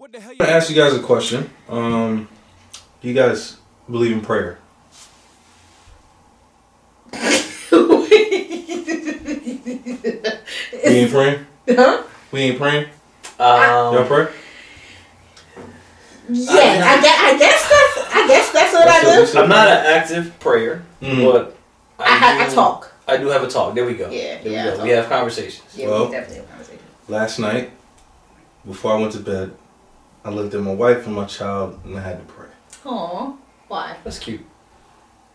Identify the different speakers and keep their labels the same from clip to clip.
Speaker 1: I'm gonna ask you guys a question. Um, do you guys believe in prayer? We ain't praying.
Speaker 2: Huh?
Speaker 1: We ain't praying. Y'all
Speaker 3: Um,
Speaker 1: pray?
Speaker 2: Yes, I, guess, I guess that's I guess that's what I do.
Speaker 1: That's
Speaker 3: I'm not an active prayer,
Speaker 1: Mm.
Speaker 3: but
Speaker 2: I, ha- I
Speaker 3: do-
Speaker 2: talk.
Speaker 3: I do have a talk. There we go.
Speaker 2: Yeah,
Speaker 3: There we
Speaker 2: yeah,
Speaker 3: go.
Speaker 2: I talk.
Speaker 3: We have conversations.
Speaker 2: Yeah,
Speaker 1: Well.
Speaker 2: we definitely have conversation.
Speaker 1: Last night, before I went to bed, I looked at my wife and my child, and I had to pray.
Speaker 2: Aw, why?
Speaker 3: That's cute.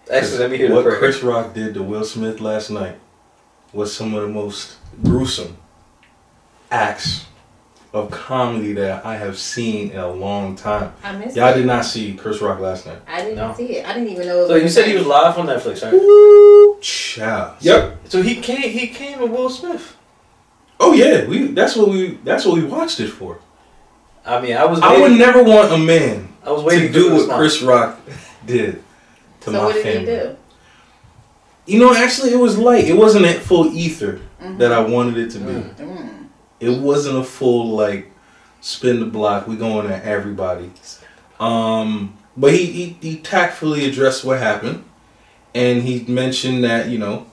Speaker 3: Actually, let me hear
Speaker 1: what
Speaker 3: the prayer.
Speaker 1: Chris Rock did to Will Smith last night was some of the most gruesome acts of comedy that I have seen in a long time.
Speaker 2: I missed
Speaker 1: Y'all
Speaker 2: it.
Speaker 1: did not see Chris Rock last night.
Speaker 2: I didn't
Speaker 3: No.
Speaker 2: see it. I didn't even know. It
Speaker 3: so you said he was live on Netflix, right?
Speaker 1: Woo, child. Yep.
Speaker 3: So he came. He came with Will Smith.
Speaker 1: Oh yeah, we. That's what we. That's what we watched it for.
Speaker 3: I mean, I was.
Speaker 1: I
Speaker 3: waiting-
Speaker 1: would never want a man
Speaker 3: I was waiting
Speaker 1: to do
Speaker 3: for this
Speaker 1: what Chris Rock did to
Speaker 2: So
Speaker 1: my
Speaker 2: what did
Speaker 1: family.
Speaker 2: he do?
Speaker 1: You know, actually, it was light. It wasn't that full ether that I wanted it to be.
Speaker 3: Mm.
Speaker 2: Mm-hmm. Mm.
Speaker 1: It wasn't a full like spin the block. We going at everybody. Um, but he, he he tactfully addressed what happened, and he mentioned that you know,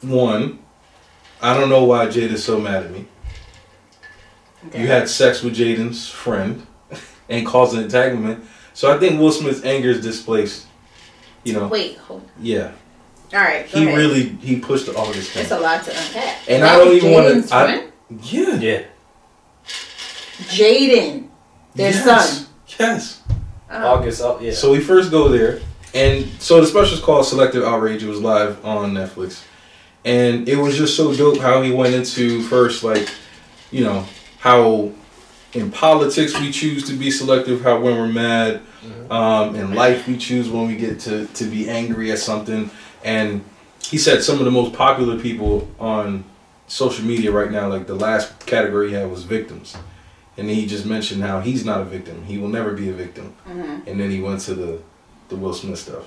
Speaker 1: one, I don't know why Jada's so mad at me. You had sex with Jaden's friend, and caused an entanglement. So I think Will Smith's anger is displaced. You know,
Speaker 2: Wait, hold.
Speaker 1: yeah,
Speaker 2: All right. go
Speaker 1: he
Speaker 2: ahead.
Speaker 1: really he pushed all this
Speaker 2: It's
Speaker 1: thing.
Speaker 2: a lot to unpack.
Speaker 1: And
Speaker 2: That
Speaker 1: I don't
Speaker 2: was
Speaker 1: even wanna-
Speaker 2: Jaden's
Speaker 1: I-
Speaker 2: friend?
Speaker 1: Yeah,
Speaker 3: Yeah.
Speaker 2: Jaden, their
Speaker 1: yes.
Speaker 2: son.
Speaker 1: Yes.
Speaker 2: Oh.
Speaker 3: August. Oh, yeah.
Speaker 1: So we first go there, and so the special's called Selective Outrage. It was live on Netflix, and it was just so dope how he went into first, like, you know, how in politics we choose to be selective, how when we're mad, um, in life we choose when we get to to be angry at something, and he said some of the most popular people on social media right now, like the last category he had was victims. And he just mentioned how he's not a victim. He will never be a victim
Speaker 2: Mhm.
Speaker 1: and then he went to the the Will Smith stuff.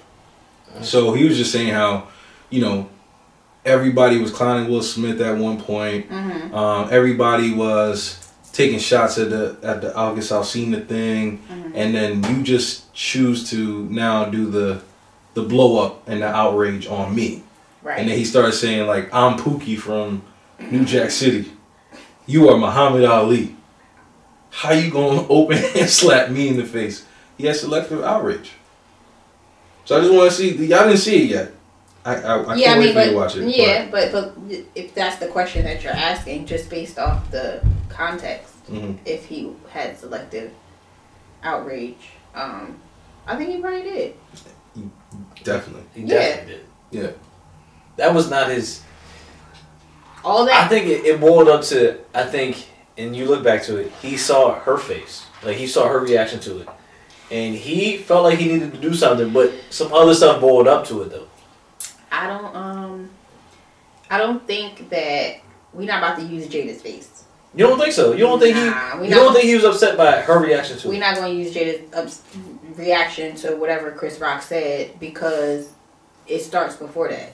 Speaker 1: So he was just saying how, you know, everybody was clowning Will Smith at one point.
Speaker 2: Mhm.
Speaker 1: Um, everybody was taking shots at the at the August Alsina thing, and then you just choose to now do the the blow up and the outrage on me. And then
Speaker 2: Right.
Speaker 1: he started saying like, "I'm Pookie from New Jack City. You are Muhammad Ali. How you gonna open and slap me in the face?" He had selective outrage. So I just want to see. Y'all didn't see it yet. I I, I
Speaker 2: yeah, I
Speaker 1: can't wait
Speaker 2: mean,
Speaker 1: for you
Speaker 2: but
Speaker 1: to watch it.
Speaker 2: yeah, but but if that's the question that you're asking, just based off the context,
Speaker 1: but- mhm.
Speaker 2: if he had selective outrage, um, I think he probably did.
Speaker 1: Definitely.
Speaker 3: he
Speaker 2: Yeah.
Speaker 3: definitely did.
Speaker 1: Yeah.
Speaker 3: That was not his.
Speaker 2: All
Speaker 3: I
Speaker 2: that.
Speaker 3: think it, it boiled up to. I think, and you look back to it, he saw her face. Like he saw her reaction to it, and he felt like he needed to do something, but some other stuff boiled up to it though.
Speaker 2: I don't. Um, I don't think that we're not about to use Jada's face.
Speaker 3: You don't think so? You don't think
Speaker 2: Nah, we
Speaker 3: he? You don't
Speaker 2: not-
Speaker 3: think he was upset by her reaction to
Speaker 2: We're
Speaker 3: it?
Speaker 2: not going to use Jada's ups- reaction to whatever Chris Rock said because it starts before that.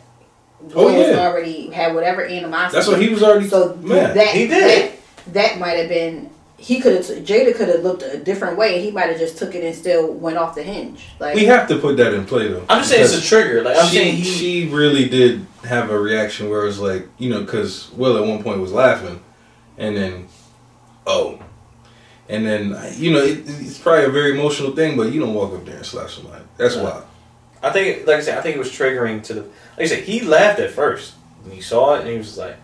Speaker 1: Oh,
Speaker 2: Will's
Speaker 1: yeah.
Speaker 2: already had whatever animosity.
Speaker 1: That's what he was already.
Speaker 2: So
Speaker 1: man.
Speaker 2: that
Speaker 3: he did.
Speaker 2: That, that might have been. He could have. Jada could have looked a different way. He might have just took it and still went off the hinge. Like
Speaker 1: we have to put that in play though.
Speaker 3: I'm just saying it's a
Speaker 1: because
Speaker 3: trigger. Like I'm
Speaker 1: she,
Speaker 3: saying he.
Speaker 1: she really did have a reaction where it was like, you know, because Will at one point was laughing, and then, oh, and then you know, it, it's probably a very emotional thing, but you don't walk up there and slap somebody. That's
Speaker 3: Nah.
Speaker 1: wild.
Speaker 3: I think, like I said, I think it was triggering to the. Like I said, he laughed at first when he saw it, and he was like,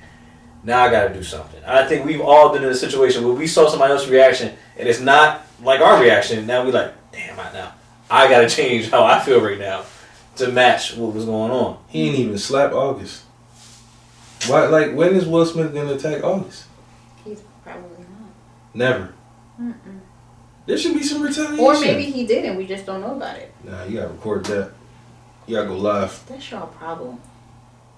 Speaker 3: "Now I got to do something." I think we've all been in a situation where we saw somebody else's reaction, and it's not like our reaction. Now we like, "Damn, I now I got to change how I feel right now to match what was going on."
Speaker 1: He didn't even slap August. Why? Like, when is Will Smith gonna attack August?
Speaker 2: he's probably
Speaker 1: Never.
Speaker 2: not.
Speaker 1: There should be some retaliation.
Speaker 2: Or maybe he did, and we just don't know about it.
Speaker 1: Nah, you gotta record that. You gotta go live.
Speaker 2: That's y'all problem.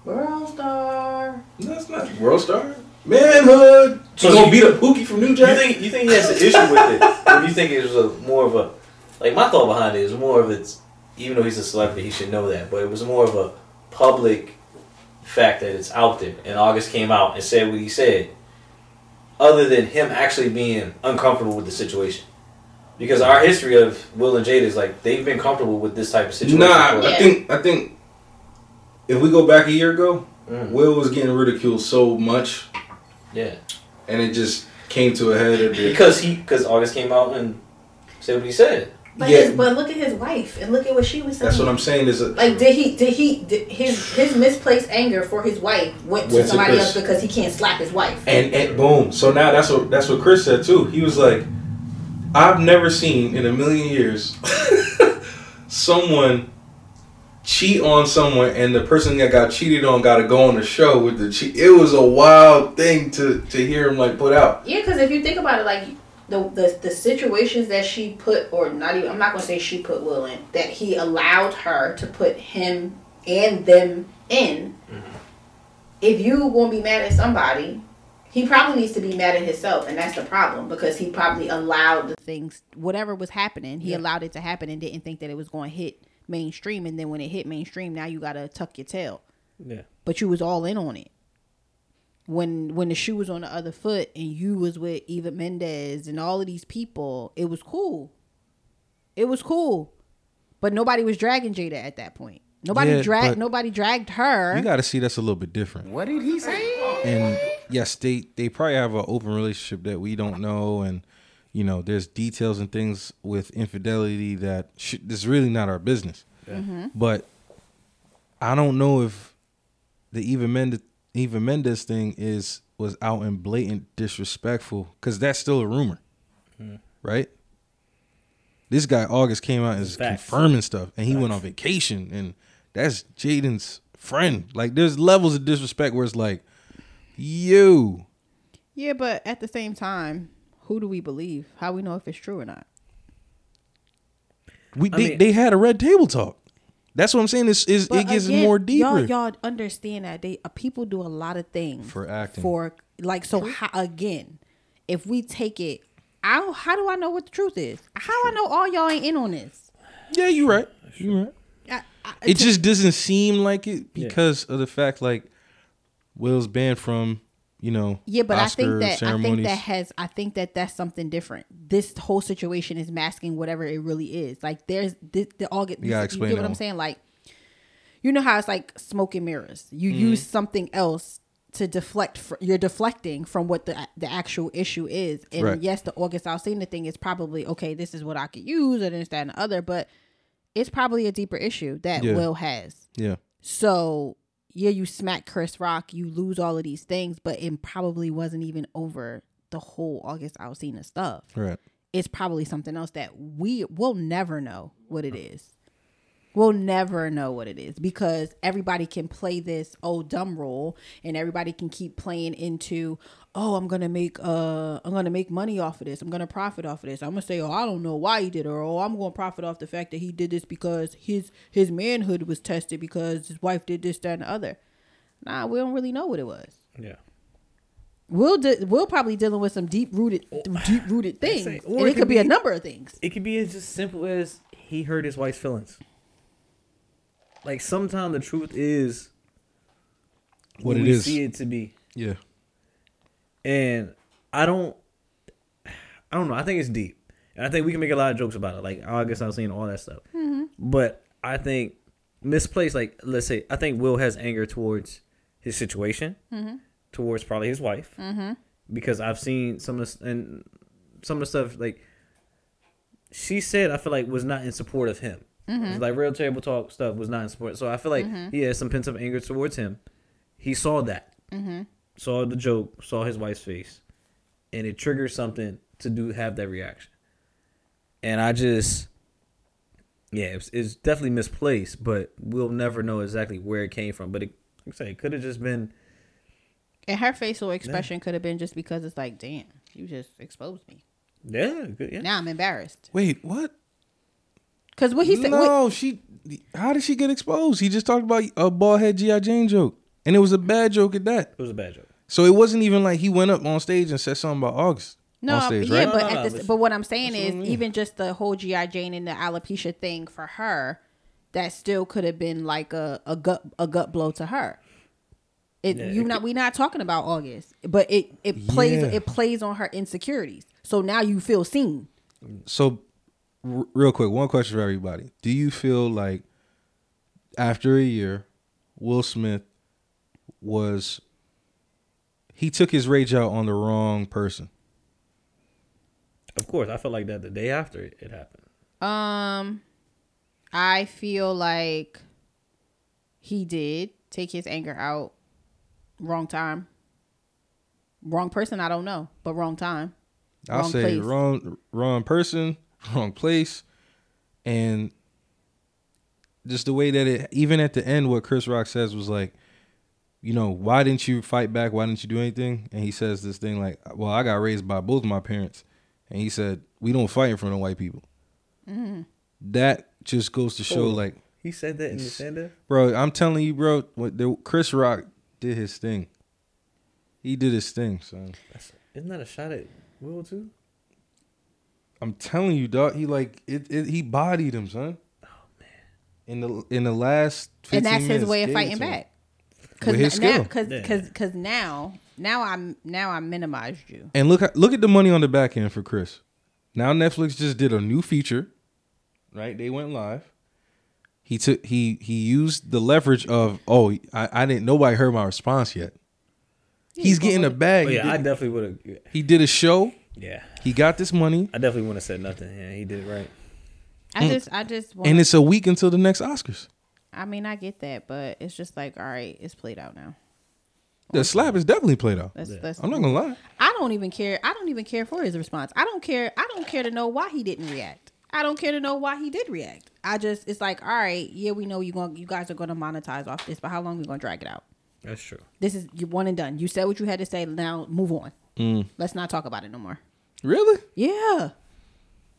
Speaker 2: World star.
Speaker 1: No, it's not World Star. Manhood.
Speaker 3: So
Speaker 1: you gonna
Speaker 3: you-
Speaker 1: beat up Pookie from New
Speaker 3: You
Speaker 1: Jack?
Speaker 3: think you think he has an issue with it? Or you think it was a, more of a like my thought behind it is more of it's even though he's a celebrity, he should know that, but it was more of a public fact that it's out there. And August came out and said what he said, other than him actually being uncomfortable with the situation.
Speaker 4: Because our history of Will and Jada is like they've been comfortable with this type of situation.
Speaker 1: Nah,
Speaker 4: before.
Speaker 1: I think I think if we go back a year ago,
Speaker 3: Hmm.
Speaker 4: Mm,
Speaker 1: Will was getting ridiculed so much,
Speaker 4: yeah,
Speaker 1: and it just came to a head at the
Speaker 4: because he because August came out and said what he said.
Speaker 2: But,
Speaker 1: Yeah.
Speaker 2: his, but look at his wife and look at what she was saying.
Speaker 1: That's what I'm saying. Is a,
Speaker 2: Like did he did he did his his misplaced anger for his wife went to
Speaker 1: Went to
Speaker 2: somebody
Speaker 1: Chris.
Speaker 2: else because he can't slap his wife.
Speaker 1: and and boom. So now that's what that's what Chris said too. He was like, I've never seen in a million years someone cheat on someone, and the person that got cheated on got to go on the show with the cheat. It was a wild thing to to hear him like put out.
Speaker 2: Yeah, because if you think about it, like the, the the situations that she put, or not even, I'm not gonna say she put Will in, that he allowed her to put him and them in. If you gonna be mad at somebody, he probably needs to be mad at himself, and that's the problem because he probably allowed the things, whatever was happening, he allowed it to happen and didn't think that it was gonna hit mainstream, and then when it hit mainstream, now you gotta tuck your tail
Speaker 4: Yeah,
Speaker 2: but you was all in on it. When when the shoe was on the other foot and you was with Eva Mendez and all of these people, it was cool. It was cool, but nobody was dragging Jada at that point. Nobody
Speaker 1: Yeah,
Speaker 2: dragged
Speaker 1: but-
Speaker 2: nobody dragged her.
Speaker 1: You got to see that's a little bit different.
Speaker 5: What did he say?
Speaker 1: and yes, they they probably have an open relationship that we don't know, and you know, there's details and things with infidelity that sh- this is really not our business. But I don't know if the Eva Mendez Eva Mendez thing is was out and blatant disrespectful because that's still a rumor,
Speaker 3: Hmm.
Speaker 1: right? This guy August came out and is
Speaker 3: Facts.
Speaker 1: confirming stuff, and he went on vacation, and that's Jaden's friend. Like, there's levels of disrespect where it's like, you,
Speaker 2: yeah, but at the same time, who do we believe? How we know if it's true or not?
Speaker 1: we they,
Speaker 3: mean-
Speaker 1: they had a red table talk. That's what I'm saying. Is is it gets more deeper?
Speaker 2: Y'all, y'all understand that they uh, people do a lot of things
Speaker 1: For acting.
Speaker 2: For like, so how, again, if we take it, I don't, how do I know what the truth is? How I know all y'all ain't in on this?
Speaker 1: yeah, you're right. You're right.
Speaker 2: I, I,
Speaker 1: it just doesn't seem like it because of the fact like Will's banned from you know
Speaker 2: yeah, but
Speaker 1: Oscar
Speaker 2: I think that I think
Speaker 1: ceremonies.
Speaker 2: that has I think that that's something different. This whole situation is masking whatever it really is. Like there's this, the all get
Speaker 1: You gotta
Speaker 2: you
Speaker 1: explain
Speaker 2: get
Speaker 1: that
Speaker 2: what I'm
Speaker 1: one.
Speaker 2: saying? Like you know how it's like smoke and mirrors. You
Speaker 1: Mm-hmm.
Speaker 2: use something else to deflect. Fr- you're deflecting from what the the actual issue is. And
Speaker 1: Right.
Speaker 2: yes, the August Alsina thing is probably okay. This is what I could use, and this that and the other. But it's probably a deeper issue that
Speaker 1: Yeah.
Speaker 2: Will has.
Speaker 1: yeah
Speaker 2: So yeah, you smack Chris Rock, you lose all of these things, but it probably wasn't even over the whole August Alsina stuff.
Speaker 1: right
Speaker 2: It's probably something else that we will never know what it is. We'll never know what it is because everybody can play this oh dumb role and everybody can keep playing into oh I'm gonna make uh I'm gonna make money off of this I'm gonna profit off of this I'm gonna say oh I don't know why he did it or oh I'm gonna profit off the fact that he did this because his his manhood was tested because his wife did this that and the other nah we don't really know what it was
Speaker 3: Yeah.
Speaker 2: we'll de- we'll probably dealing with some deep rooted deep rooted things
Speaker 3: Oh. say,
Speaker 2: and
Speaker 3: or
Speaker 2: it,
Speaker 3: it
Speaker 2: could
Speaker 3: could
Speaker 2: be a
Speaker 3: be-
Speaker 2: number of things
Speaker 3: It could be as just simple as he hurt his wife's feelings. Like sometimes the truth is
Speaker 1: what
Speaker 3: who
Speaker 1: it
Speaker 3: we
Speaker 1: is
Speaker 3: see it to be.
Speaker 1: yeah
Speaker 3: and I don't, I don't know. I think it's deep, and I think we can make a lot of jokes about it. Like August, I'm saying all that stuff, but I think misplaced. Like let's say, I think Will has anger towards his situation, towards probably his wife, because I've seen some of the, and some of the stuff like she said. I feel like was not in support of him. It's Like real terrible talk stuff was not in support. So I feel like he has some pent up anger towards him. He saw that saw the joke, saw his wife's face, and it triggers something to do have that reaction. And I just, yeah, it's, it's definitely misplaced, but we'll never know exactly where it came from. But it, like I say, it could have just been
Speaker 2: And her facial expression could have been just because it's like, damn, you just exposed me.
Speaker 3: yeah, it could- yeah.
Speaker 2: Now I'm embarrassed.
Speaker 1: wait what
Speaker 2: Because what he said, what,
Speaker 1: no she how did she get exposed he just talked about a bald head GI Jane joke and it was a bad joke at that
Speaker 3: It was a bad joke.
Speaker 1: so it wasn't even like he went up on stage and said something about August
Speaker 2: no,
Speaker 1: on stage
Speaker 2: yeah,
Speaker 1: right
Speaker 2: but
Speaker 3: No, no,
Speaker 2: at
Speaker 3: no,
Speaker 2: this,
Speaker 3: but-
Speaker 2: but what I'm saying
Speaker 1: That's what
Speaker 2: is,
Speaker 1: I mean.
Speaker 2: even just the whole GI Jane and the alopecia thing for her, that still could have been like a, a gut a gut blow to her. It
Speaker 3: Yeah,
Speaker 2: you
Speaker 3: it
Speaker 2: not we not talking about August, but it it plays
Speaker 1: Yeah.
Speaker 2: it plays on her insecurities. So now you feel seen.
Speaker 1: so r- real quick, one question for everybody. Do you feel like after a year, Will Smith was he took his rage out on the wrong person?
Speaker 3: Of course, I felt like that the day after it, it happened.
Speaker 2: Um, I feel like he did take his anger out. Wrong time. Wrong person. I don't know, but wrong time.
Speaker 1: I'll
Speaker 2: Wrong
Speaker 1: say
Speaker 2: place.
Speaker 1: wrong wrong person, wrong place, and just the way that it even at the end what Chris Rock says was like, you know, why didn't you fight back? Why didn't you do anything? And he says this thing like, Well, I got raised by both my parents. And he said, We don't fight in front of white people.
Speaker 2: Mm-hmm.
Speaker 1: That just goes to show
Speaker 3: Oh.
Speaker 1: like
Speaker 3: He said that in the
Speaker 1: He's-
Speaker 3: stand-up.
Speaker 1: Bro, I'm telling you, bro. What the, Chris Rock did his thing. He did his thing, son.
Speaker 3: That's, isn't that a shot at Will too?
Speaker 1: I'm telling you, dog. He like it. it he bodied him, son. Oh man. In the in the last. 15
Speaker 2: and that's his
Speaker 1: minutes,
Speaker 2: way of
Speaker 1: gave it
Speaker 2: fighting
Speaker 1: to him.
Speaker 2: back.
Speaker 1: With his
Speaker 2: n- now,
Speaker 1: skill.
Speaker 2: because
Speaker 3: Yeah.
Speaker 2: because because now now I'm now I minimized you.
Speaker 1: And look look at the money on the back end for Chris. Now Netflix just did a new feature, right? They went live. He took he he used the leverage of oh I, I didn't nobody heard my response yet. He's getting a bag.
Speaker 3: Oh,
Speaker 1: He
Speaker 3: yeah, I
Speaker 1: did-
Speaker 3: definitely would have.
Speaker 1: he did a show.
Speaker 3: Yeah,
Speaker 1: He got this money.
Speaker 3: I definitely wouldn't have said nothing. Yeah, he did it right.
Speaker 2: I just I just want.
Speaker 1: and it's a week until the next Oscars.
Speaker 2: I mean I get that, but it's just like all right, it's played out now.
Speaker 1: The slap is definitely played out.
Speaker 2: That's that's.
Speaker 1: I'm not gonna lie.
Speaker 2: I don't even care. I don't even care for his response. I don't care. I don't care to know why he didn't react. I don't care to know why he did react. I just it's like all right, yeah, we know you going you guys are going to monetize off this, but how long we going to drag it out?
Speaker 3: That's true.
Speaker 2: This is you one and done. You said what you had to say. Now move on.
Speaker 1: Mm.
Speaker 2: Let's not talk about it no more.
Speaker 1: Really?
Speaker 2: Yeah.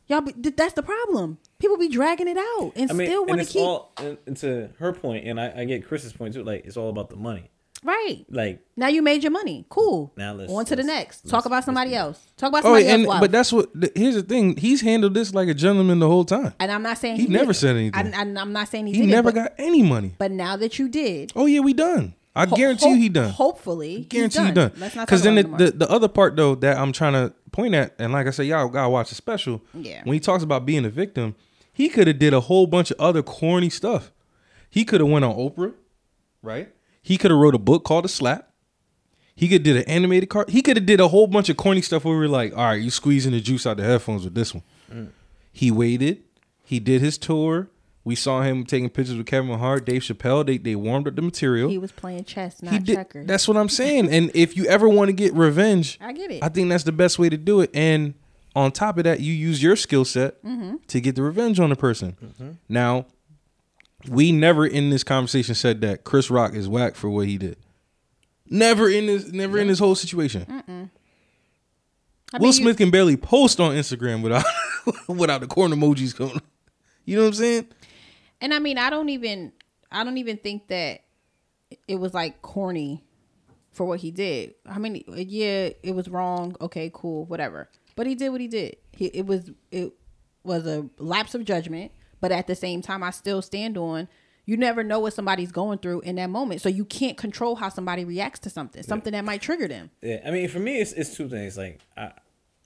Speaker 2: Y'all, be, th- that's the problem. People be dragging it out and
Speaker 3: I mean,
Speaker 2: still
Speaker 3: and
Speaker 2: want to
Speaker 3: it's
Speaker 2: keep
Speaker 3: all and, and to her point, and I, I get Chris's point too. Like, it's all about the money.
Speaker 2: right.
Speaker 3: Like,
Speaker 2: Now you made your money. Cool.
Speaker 3: Now let's-
Speaker 2: on to the
Speaker 3: let's-
Speaker 2: next.
Speaker 3: let's-
Speaker 2: Talk about
Speaker 3: let's
Speaker 2: somebody else. Talk about
Speaker 1: Oh,
Speaker 2: somebody
Speaker 1: and
Speaker 2: else's wife.
Speaker 1: but that's what. th- Here's the thing. He's handled this like a gentleman the whole time.
Speaker 2: and I'm not saying
Speaker 1: He never
Speaker 2: didn't.
Speaker 1: said anything.
Speaker 2: I, am not saying he,
Speaker 1: He
Speaker 2: didn't,
Speaker 1: never
Speaker 2: but,
Speaker 1: got any money.
Speaker 2: But now that you did,
Speaker 1: Oh yeah, we done. I
Speaker 2: ho-
Speaker 1: guarantee you he
Speaker 2: ho-
Speaker 1: done.
Speaker 2: Hopefully, he's
Speaker 1: guarantee
Speaker 2: done.
Speaker 1: you done.
Speaker 2: Let's not
Speaker 1: Because
Speaker 2: talk
Speaker 1: then
Speaker 2: about
Speaker 1: the,
Speaker 2: it no more.
Speaker 1: the the other part though that I'm trying to point at, and like I said, y'all gotta watch the special.
Speaker 2: Yeah.
Speaker 1: When he talks about being a victim, he could have did a whole bunch of other corny stuff. He could have went on Oprah, right? He could have wrote a book called The Slap. He could did an animated card. He could have did a whole bunch of corny stuff where we were like, all right, you squeezing the juice out the headphones with this one.
Speaker 2: Mm.
Speaker 1: He waited. He did his tour. We saw him taking pictures with Kevin Hart, Dave Chappelle. They they warmed up the material.
Speaker 2: he was playing chess,
Speaker 1: He
Speaker 2: not
Speaker 1: did-
Speaker 2: checkers.
Speaker 1: That's what I'm saying. And if you ever want to get revenge,
Speaker 2: I get it.
Speaker 1: I think that's the best way to do it. And on top of that, you use your skill set
Speaker 2: Mm-hmm.
Speaker 1: to get the revenge on the person. Now, we never in this conversation said that Chris Rock is whack for what he did. Never in this, never in this whole situation.
Speaker 2: Mm, I mean,
Speaker 1: Will
Speaker 2: you-
Speaker 1: Smith can barely post on Instagram without without the corn emojis coming. You know what I'm saying?
Speaker 2: and I mean, I don't even, I don't even think that it was like corny for what he did. I mean, yeah, it was wrong. Okay, cool, whatever. But he did what he did. He, it was it was a lapse of judgment, but at the same time, I still stand on. You never know what somebody's going through in that moment, so you can't control how somebody reacts to something, something that might trigger them.
Speaker 3: Yeah, I mean, for me, it's it's two things. Like, I,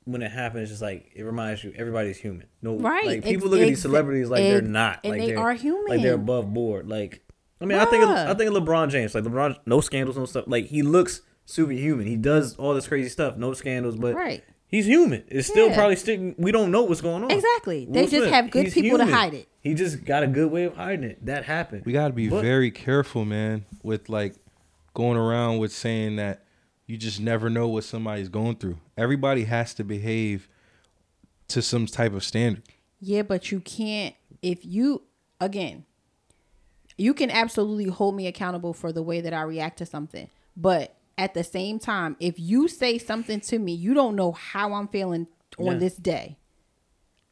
Speaker 3: when it happens, it's just like it reminds you everybody's human. No,
Speaker 2: Right,
Speaker 3: Like
Speaker 2: ex-
Speaker 3: people look at these
Speaker 2: ex-
Speaker 3: celebrities like they're
Speaker 2: ex-
Speaker 3: not,
Speaker 2: and
Speaker 3: like
Speaker 2: they
Speaker 3: they're-
Speaker 2: are
Speaker 3: like they're
Speaker 2: human.
Speaker 3: above board. Like, I mean, I think of,
Speaker 2: Bruh.
Speaker 3: I think of LeBron James. Like LeBron, no scandals, no stuff. Like he looks superhuman. He does all this crazy stuff, no scandals, but
Speaker 2: Right.
Speaker 3: he's human. It's still
Speaker 2: Yeah.
Speaker 3: probably sticking. We don't know what's going on.
Speaker 2: Exactly. They
Speaker 3: Will
Speaker 2: just have good
Speaker 3: he's
Speaker 2: people to hide it.
Speaker 3: He just got a good way of hiding it. That happened.
Speaker 1: We got to be
Speaker 3: But-
Speaker 1: very careful, man, with like going around with saying that you just never know what somebody's going through. Everybody has to behave to some type of standard.
Speaker 2: Yeah, but you can't if you again. You can absolutely hold me accountable for the way that I react to something. But at the same time, if you say something to me, you don't know how I'm feeling on
Speaker 3: Yeah.
Speaker 2: this day.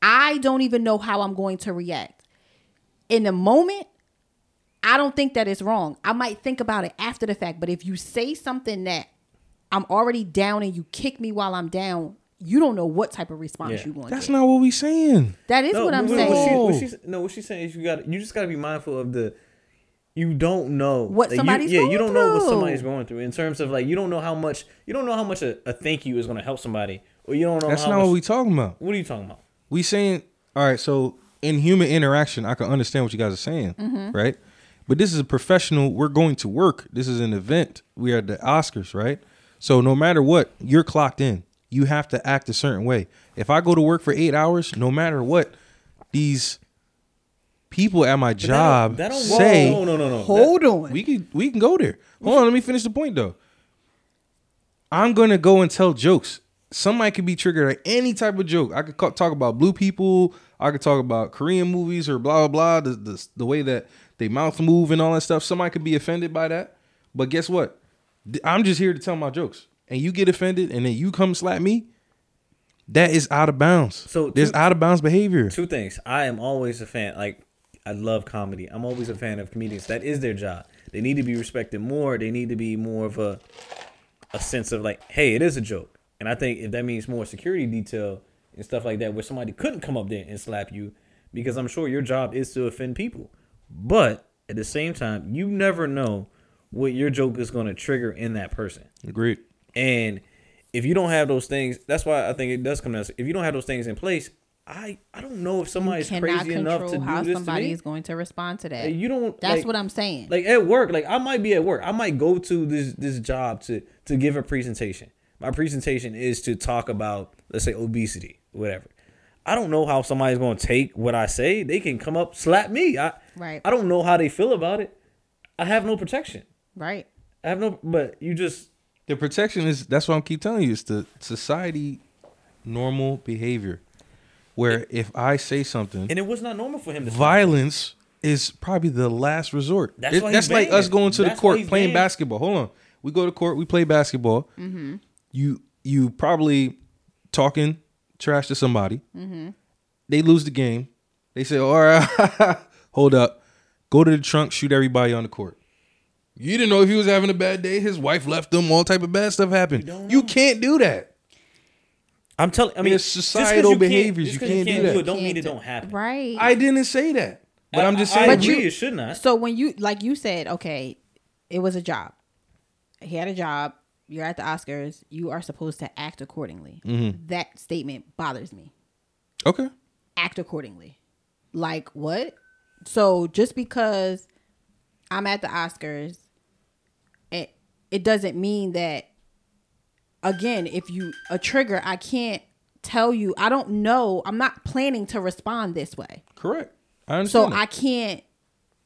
Speaker 2: I don't even know how I'm going to react. In the moment, I don't think that it's wrong. I might think about it after the fact, but if you say something that I'm already down and you kick me while I'm down, you don't know what type of response
Speaker 3: Yeah.
Speaker 2: you're going to
Speaker 1: That's not what we're saying.
Speaker 2: That is what I'm
Speaker 3: what-
Speaker 2: saying.
Speaker 3: What she,
Speaker 1: No.
Speaker 3: what she's- no, what she's saying is you got you just got to be mindful of the. You don't know
Speaker 2: What
Speaker 3: Like, you-
Speaker 2: somebody's
Speaker 3: yeah,
Speaker 2: going
Speaker 3: you don't know what
Speaker 2: through.
Speaker 3: somebody's going through in terms of like you don't know how much you don't know how much a, a thank you is going to help somebody, or you don't know.
Speaker 1: That's
Speaker 3: how
Speaker 1: not
Speaker 3: much,
Speaker 1: what we talking about.
Speaker 3: What are you talking about?
Speaker 1: We saying all right, so in human interaction, I can understand what you guys are saying, right? But this is a professional. We're going to work. This is an event. We are at the Oscars, right? So no matter what, you're clocked in. You have to act a certain way. If I go to work for eight hours, no matter what, these people at my job
Speaker 3: That don't
Speaker 1: say
Speaker 3: No, no, no, no.
Speaker 2: Hold on.
Speaker 1: we can we can go there. Hold on, let me finish the point though. I'm gonna go and tell jokes. Somebody could be triggered at any type of joke. I could ca- talk about blue people. I could talk about Korean movies or blah blah blah. The, the the way that they mouth move and all that stuff. Somebody could be offended by that. But guess what? Th- I'm just here to tell my jokes, and you get offended, and then you come slap me. That is out of bounds.
Speaker 3: So
Speaker 1: So there's
Speaker 3: two-
Speaker 1: out of bounds behavior.
Speaker 3: two things. I am always a fan. Like I love comedy. I'm always a fan of comedians. That is their job. They need to be respected more. They need to be more of a a sense of like, hey, it is a joke. And I think if that means more security detail and stuff like that, where somebody couldn't come up there and slap you, because I'm sure your job is to offend people. But at the same time, you never know what your joke is going to trigger in that person.
Speaker 1: Agreed.
Speaker 3: And if you don't have those things, that's why I think it does come down. to- If you don't have those things in place, I I don't know if somebody's
Speaker 2: cannot
Speaker 3: crazy enough to
Speaker 2: control how
Speaker 3: do this
Speaker 2: somebody
Speaker 3: to me.
Speaker 2: is going to respond to that.
Speaker 3: Like, you don't.
Speaker 2: That's
Speaker 3: like-
Speaker 2: what I'm saying.
Speaker 3: Like at work, like I might be at work. I might go to this this job to to give a presentation. My presentation is to talk about let's say obesity, whatever. I don't know how somebody's going to take what I say. They can come up slap me. I
Speaker 2: Right.
Speaker 3: I don't know how they feel about it. I have no protection.
Speaker 2: right.
Speaker 3: I have no. But you just
Speaker 1: The protection is that's what I'm keep telling you. It's the society normal behavior. Where if I say something,
Speaker 3: and it was not normal for him to slap me.
Speaker 1: violence is probably the last resort.
Speaker 3: That's
Speaker 1: It-
Speaker 3: why he's
Speaker 1: that's like
Speaker 3: banned.
Speaker 1: us going to
Speaker 3: That's
Speaker 1: the
Speaker 3: why
Speaker 1: court
Speaker 3: he's
Speaker 1: playing
Speaker 3: banned.
Speaker 1: basketball. Hold on. We go to court, we play basketball.
Speaker 3: Mm-hmm.
Speaker 1: You you probably talking trash to somebody.
Speaker 3: Mm-hmm.
Speaker 1: They lose the game. They say, all right, hold up. Go to the trunk, shoot everybody on the court. You didn't know if he was having a bad day. His wife left him. All type of bad stuff happened. You, can't do that.
Speaker 3: I'm telling. I mean,
Speaker 1: It's
Speaker 3: just 'cause
Speaker 1: societal
Speaker 3: you can't-
Speaker 1: behaviors.
Speaker 3: just
Speaker 1: You
Speaker 3: 'cause
Speaker 1: can't do that.
Speaker 3: do it. Don't mean
Speaker 2: Can't
Speaker 3: it
Speaker 2: do-
Speaker 3: don't happen.
Speaker 2: Right.
Speaker 1: I didn't say that, but I, am just
Speaker 3: I- I
Speaker 1: saying.
Speaker 3: agree,
Speaker 2: But you-
Speaker 3: it should not.
Speaker 2: So when you like you said, okay, it was a job. He had a job. You're at the Oscars. You are supposed to act accordingly.
Speaker 3: Mm-hmm.
Speaker 2: That statement bothers me.
Speaker 1: okay.
Speaker 2: Act accordingly. Like what? So just because I'm at the Oscars, it it doesn't mean that again, if you a trigger, I can't tell you. I don't know. I'm not planning to respond this way.
Speaker 1: Correct. I understand.
Speaker 2: So
Speaker 1: that.
Speaker 2: I can't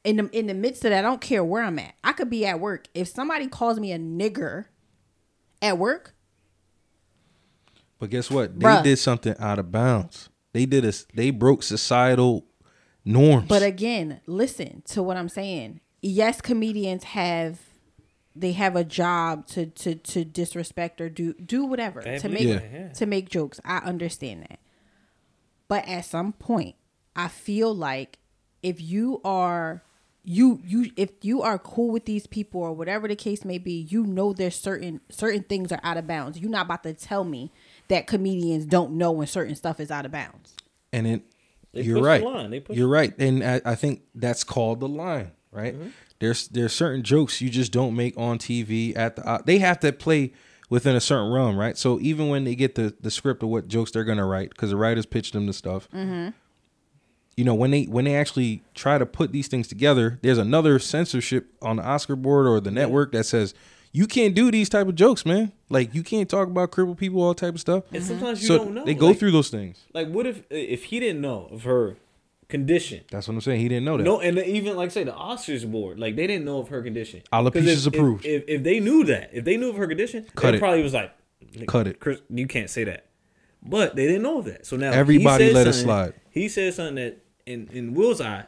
Speaker 2: in the in the midst of that, I don't care where I'm at. I could be at work. If somebody calls me a nigger at work,
Speaker 1: But guess what? They
Speaker 2: Bruh.
Speaker 1: did something out of bounds. They did a, They broke societal norms.
Speaker 2: but again, listen to what I'm saying. Yes, comedians have they have a job to to to disrespect or do do whatever to make
Speaker 3: believe
Speaker 1: it,
Speaker 3: yeah.
Speaker 2: to make jokes. I understand that. But at some point, I feel like if you are you you if you are cool with these people or whatever the case may be, you know there's certain certain things are out of bounds. You're not about to tell me that comedians don't know when certain stuff is out of bounds.
Speaker 1: and it,
Speaker 3: They
Speaker 1: you're
Speaker 3: pushed the
Speaker 1: right.
Speaker 3: line. Mm-hmm. They pushed-
Speaker 1: you're right, and I, I think that's called the line. Right? There's there's certain jokes you just don't make on TV at the. Uh, they have to play within a certain realm, right? So even when they get the the script of what jokes they're gonna write, because the writers pitch them the stuff. You know when they when they actually try to put these things together, there's another censorship on the Oscar board or the network that says you can't do these type of jokes, man. Like you can't talk about crippled people, all type of stuff.
Speaker 3: And sometimes you
Speaker 1: so
Speaker 3: don't know.
Speaker 1: they go
Speaker 3: Like-
Speaker 1: through those things.
Speaker 3: Like, what if if he didn't know of her condition?
Speaker 1: That's what I'm saying. He didn't know that.
Speaker 3: No, and even like say the Oscars board, like they didn't know of her condition.
Speaker 1: 'Cause
Speaker 3: if,
Speaker 1: Alopecia's approved.
Speaker 3: If, if, if they knew that, if they knew of her condition,
Speaker 1: Cut
Speaker 3: they
Speaker 1: it.
Speaker 3: probably was like,
Speaker 1: Cut it.
Speaker 3: Chris, you can't say that. But they didn't know of that, so now he
Speaker 1: Everybody
Speaker 3: said
Speaker 1: let it
Speaker 3: something-
Speaker 1: slide.
Speaker 3: He said something that in in Will's eye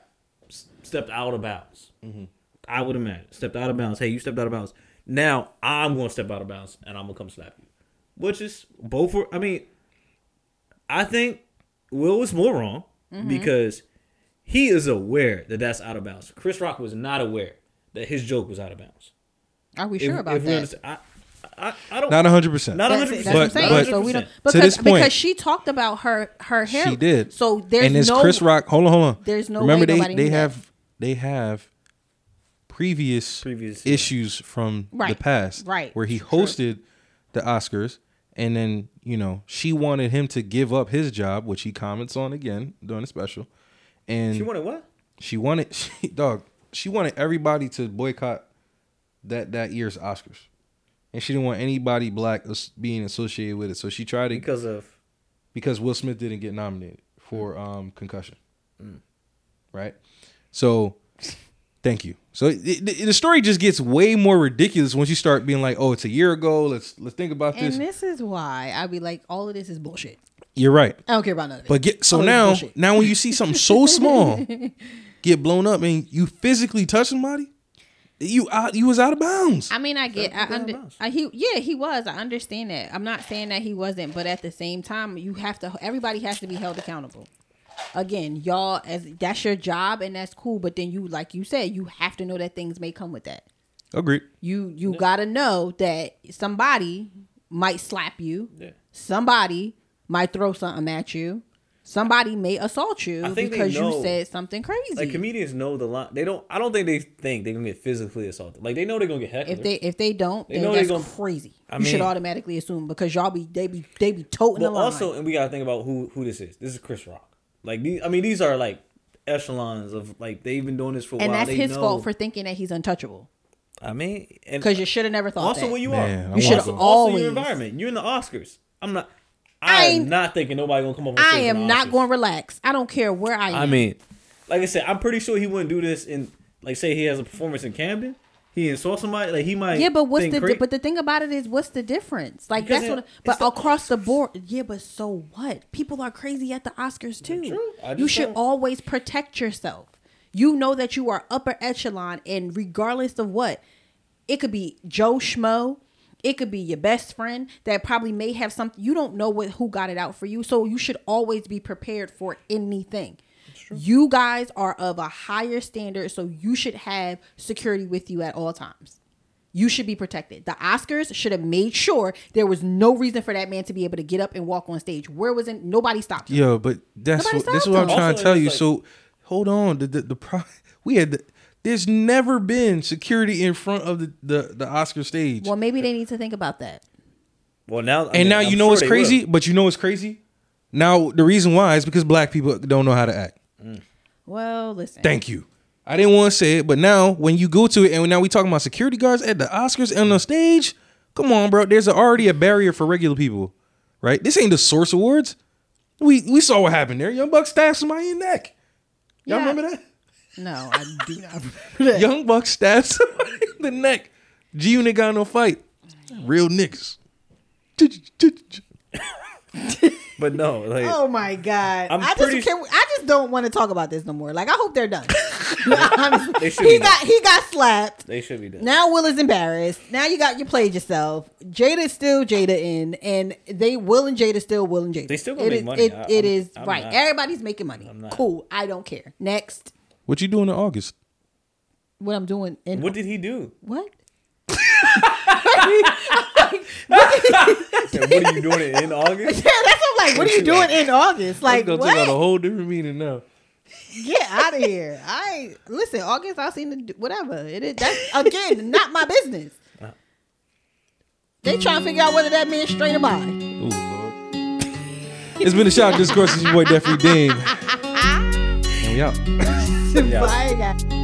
Speaker 3: s- stepped out of bounds.
Speaker 2: Mm-hmm.
Speaker 3: I would imagine stepped out of bounds. Hey, you stepped out of bounds. Now I'm going to step out of bounds and I'm going to come slap you, which is both. Were, I mean, I think Will was more wrong
Speaker 2: Mm-hmm.
Speaker 3: because he is aware that that's out of bounds. Chris Rock was not aware that his joke was out of bounds.
Speaker 2: Are we
Speaker 3: If-
Speaker 2: sure about
Speaker 3: if we
Speaker 2: that?
Speaker 3: understand- I, I, I don't.
Speaker 1: Not 100%.
Speaker 3: Not
Speaker 2: That's,
Speaker 3: 100%.
Speaker 2: that's what I'm saying.
Speaker 1: But-
Speaker 2: so we don't
Speaker 1: but-
Speaker 2: because
Speaker 1: to this point-
Speaker 2: because she talked about her her hair.
Speaker 1: She did.
Speaker 2: So there's
Speaker 1: and it's
Speaker 2: no
Speaker 1: Chris Rock. Hold on, hold on.
Speaker 2: there's no
Speaker 1: Remember
Speaker 2: way
Speaker 1: they
Speaker 2: nobody
Speaker 1: they
Speaker 2: knew that.
Speaker 1: have they have previous
Speaker 3: Previous, yeah.
Speaker 1: issues from
Speaker 2: Right,
Speaker 1: the past,
Speaker 2: right.
Speaker 1: Where he
Speaker 2: True.
Speaker 1: hosted the Oscars and then you know she wanted him to give up his job, which he comments on again during the special. And
Speaker 3: She wanted what?
Speaker 1: she wanted she, dog. She wanted everybody to boycott that that year's Oscars, and she didn't want anybody black as- being associated with it. So she tried to because,
Speaker 3: Because of
Speaker 1: Will Smith didn't get nominated for um, concussion, right? So thank you. So it, it, the story just gets way more ridiculous once you start being like, oh, it's a year ago. Let's let's think about
Speaker 2: And
Speaker 1: this.
Speaker 2: this is why I be like, all of this is bullshit.
Speaker 1: You're right.
Speaker 2: I don't care about none of it.
Speaker 1: But get so
Speaker 2: All of this
Speaker 1: now,
Speaker 2: Oh, bullshit.
Speaker 1: now when you see something so small get blown up and you physically touch somebody, you out, you was out of bounds.
Speaker 2: I mean, I get, I
Speaker 3: Shut the damn
Speaker 2: under,
Speaker 3: mouth.
Speaker 2: I, he, yeah, he was. I understand that. I'm not saying that he wasn't, but at the same time, you have to. Everybody has to be held accountable. Again, y'all, as that's your job, and that's cool. But then you, like you said, you have to know that things may come with that.
Speaker 1: Agreed.
Speaker 2: You, you gotta know that somebody might slap you.
Speaker 3: Yeah.
Speaker 2: Somebody might throw something at you. Somebody may assault you
Speaker 3: I think they
Speaker 2: because you
Speaker 3: know.
Speaker 2: said something crazy.
Speaker 3: like comedians know the line. They don't. I don't think they think they're gonna get physically assaulted. Like they know they're gonna get heckled.
Speaker 2: If they if they don't,
Speaker 3: They
Speaker 2: then
Speaker 3: know they
Speaker 2: that's
Speaker 3: gonna-
Speaker 2: crazy.
Speaker 3: I
Speaker 2: you should
Speaker 3: mean-
Speaker 2: automatically assume because y'all be they be they be toting
Speaker 3: But
Speaker 2: the line.
Speaker 3: also, and we gotta think about who who this is. This is Chris Rock. Like these, I mean, these are like echelons of like they've been doing this for a
Speaker 2: and
Speaker 3: while.
Speaker 2: that's
Speaker 3: They
Speaker 2: his
Speaker 3: know-
Speaker 2: fault for thinking that he's untouchable
Speaker 3: I mean, and
Speaker 2: because you should have never thought
Speaker 3: also
Speaker 2: that.
Speaker 3: where you
Speaker 1: Man, I
Speaker 3: are,
Speaker 1: You should want
Speaker 3: also,
Speaker 1: to-
Speaker 3: also
Speaker 2: always-
Speaker 3: your environment. You're in the Oscars. I'm not.
Speaker 2: I
Speaker 3: I'm
Speaker 2: ain't-
Speaker 3: not thinking nobody gonna come up.
Speaker 2: I am not going to relax. I don't care where I am.
Speaker 3: I mean, like I said, I'm pretty sure he wouldn't do this in like say he has a performance in Camden. He insults somebody. Like he might.
Speaker 2: yeah, but what's
Speaker 3: think
Speaker 2: the di-
Speaker 3: cra-
Speaker 2: but the thing about it is what's the difference? Like
Speaker 3: Because
Speaker 2: that's
Speaker 3: it-
Speaker 2: what. But
Speaker 3: it's the
Speaker 2: across the board, yeah. But so what? People are crazy at the Oscars too.
Speaker 3: True. I
Speaker 2: You
Speaker 3: just
Speaker 2: should
Speaker 3: don't-
Speaker 2: always protect yourself. You know that you are upper echelon, and regardless of what, it could be Joe Schmo. It could be your best friend that probably may have something. You don't know what who got it out for you, so you should always be prepared for anything. You guys are of a higher standard, so you should have security with you at all times. You should be protected. The Oscars should have made sure there was no reason for that man to be able to get up and walk on stage. Where was it? Nobody stopped him.
Speaker 1: Yeah, but that's
Speaker 2: Nobody
Speaker 1: what, this is
Speaker 2: stopped
Speaker 1: what I'm
Speaker 2: him.
Speaker 1: trying to
Speaker 3: Also,
Speaker 1: tell
Speaker 3: it's
Speaker 1: you.
Speaker 3: like-
Speaker 1: so hold on. The the, the pro- we had the, there's never been security in front of the the, the Oscar stage.
Speaker 2: Well, maybe they need to think about that.
Speaker 3: well now I
Speaker 1: and
Speaker 3: mean,
Speaker 1: now
Speaker 3: I'm
Speaker 1: you know
Speaker 3: sure
Speaker 1: it's
Speaker 3: they
Speaker 1: crazy,
Speaker 3: will.
Speaker 1: but you know it's crazy. Now the reason why is because black people don't know how to act.
Speaker 2: Well, listen.
Speaker 1: Thank you. I didn't want to say it, but now when you go to it, and now we talking about security guards at the Oscars and on stage. Come on, bro. There's already a barrier for regular people, right? This ain't the Source Awards. We we saw what happened there. Young Buck stabbed somebody in the neck. Y'all
Speaker 2: Yeah.
Speaker 1: remember that?
Speaker 2: No, I do not remember that.
Speaker 1: Young Buck stabbed somebody in the neck. G Unit got in no fight. Real niggas.
Speaker 3: But no, like
Speaker 2: Oh my god! i
Speaker 3: I'm
Speaker 2: just
Speaker 3: pretty-
Speaker 2: can't, I just don't want to talk about this no more. Like I hope they're done. Honestly,
Speaker 3: They should
Speaker 2: he
Speaker 3: be done.
Speaker 2: got he got slapped.
Speaker 3: they should be done.
Speaker 2: Now Will is embarrassed. Now you got you played yourself. Jada's still Jada in, and they Will and Jada still Will and Jada.
Speaker 3: They still gonna
Speaker 2: It
Speaker 3: make
Speaker 2: is-
Speaker 3: money.
Speaker 2: It,
Speaker 3: I-
Speaker 2: it
Speaker 3: I'm-
Speaker 2: is
Speaker 3: I'm
Speaker 2: right.
Speaker 3: not.
Speaker 2: Everybody's making money.
Speaker 3: not.
Speaker 2: Cool. I don't care. Next,
Speaker 1: What you doing in August?
Speaker 2: what I'm doing in
Speaker 3: What did he do?
Speaker 2: what?
Speaker 3: He said, what are you doing in August?
Speaker 2: Yeah, that's what I'm like. What are you doing in August? Like
Speaker 1: gonna take on a
Speaker 2: what?
Speaker 1: whole different meaning now.
Speaker 2: Get out of here! I listen. August, I seen the d- whatever. It is that's again not my business. They trying to figure out whether that man's straight or bi.
Speaker 1: Ooh, Lord. it's been a shot discourse. It's your boy Jeffrey Dean. And we out.
Speaker 3: Yeah.
Speaker 2: Bye, guys.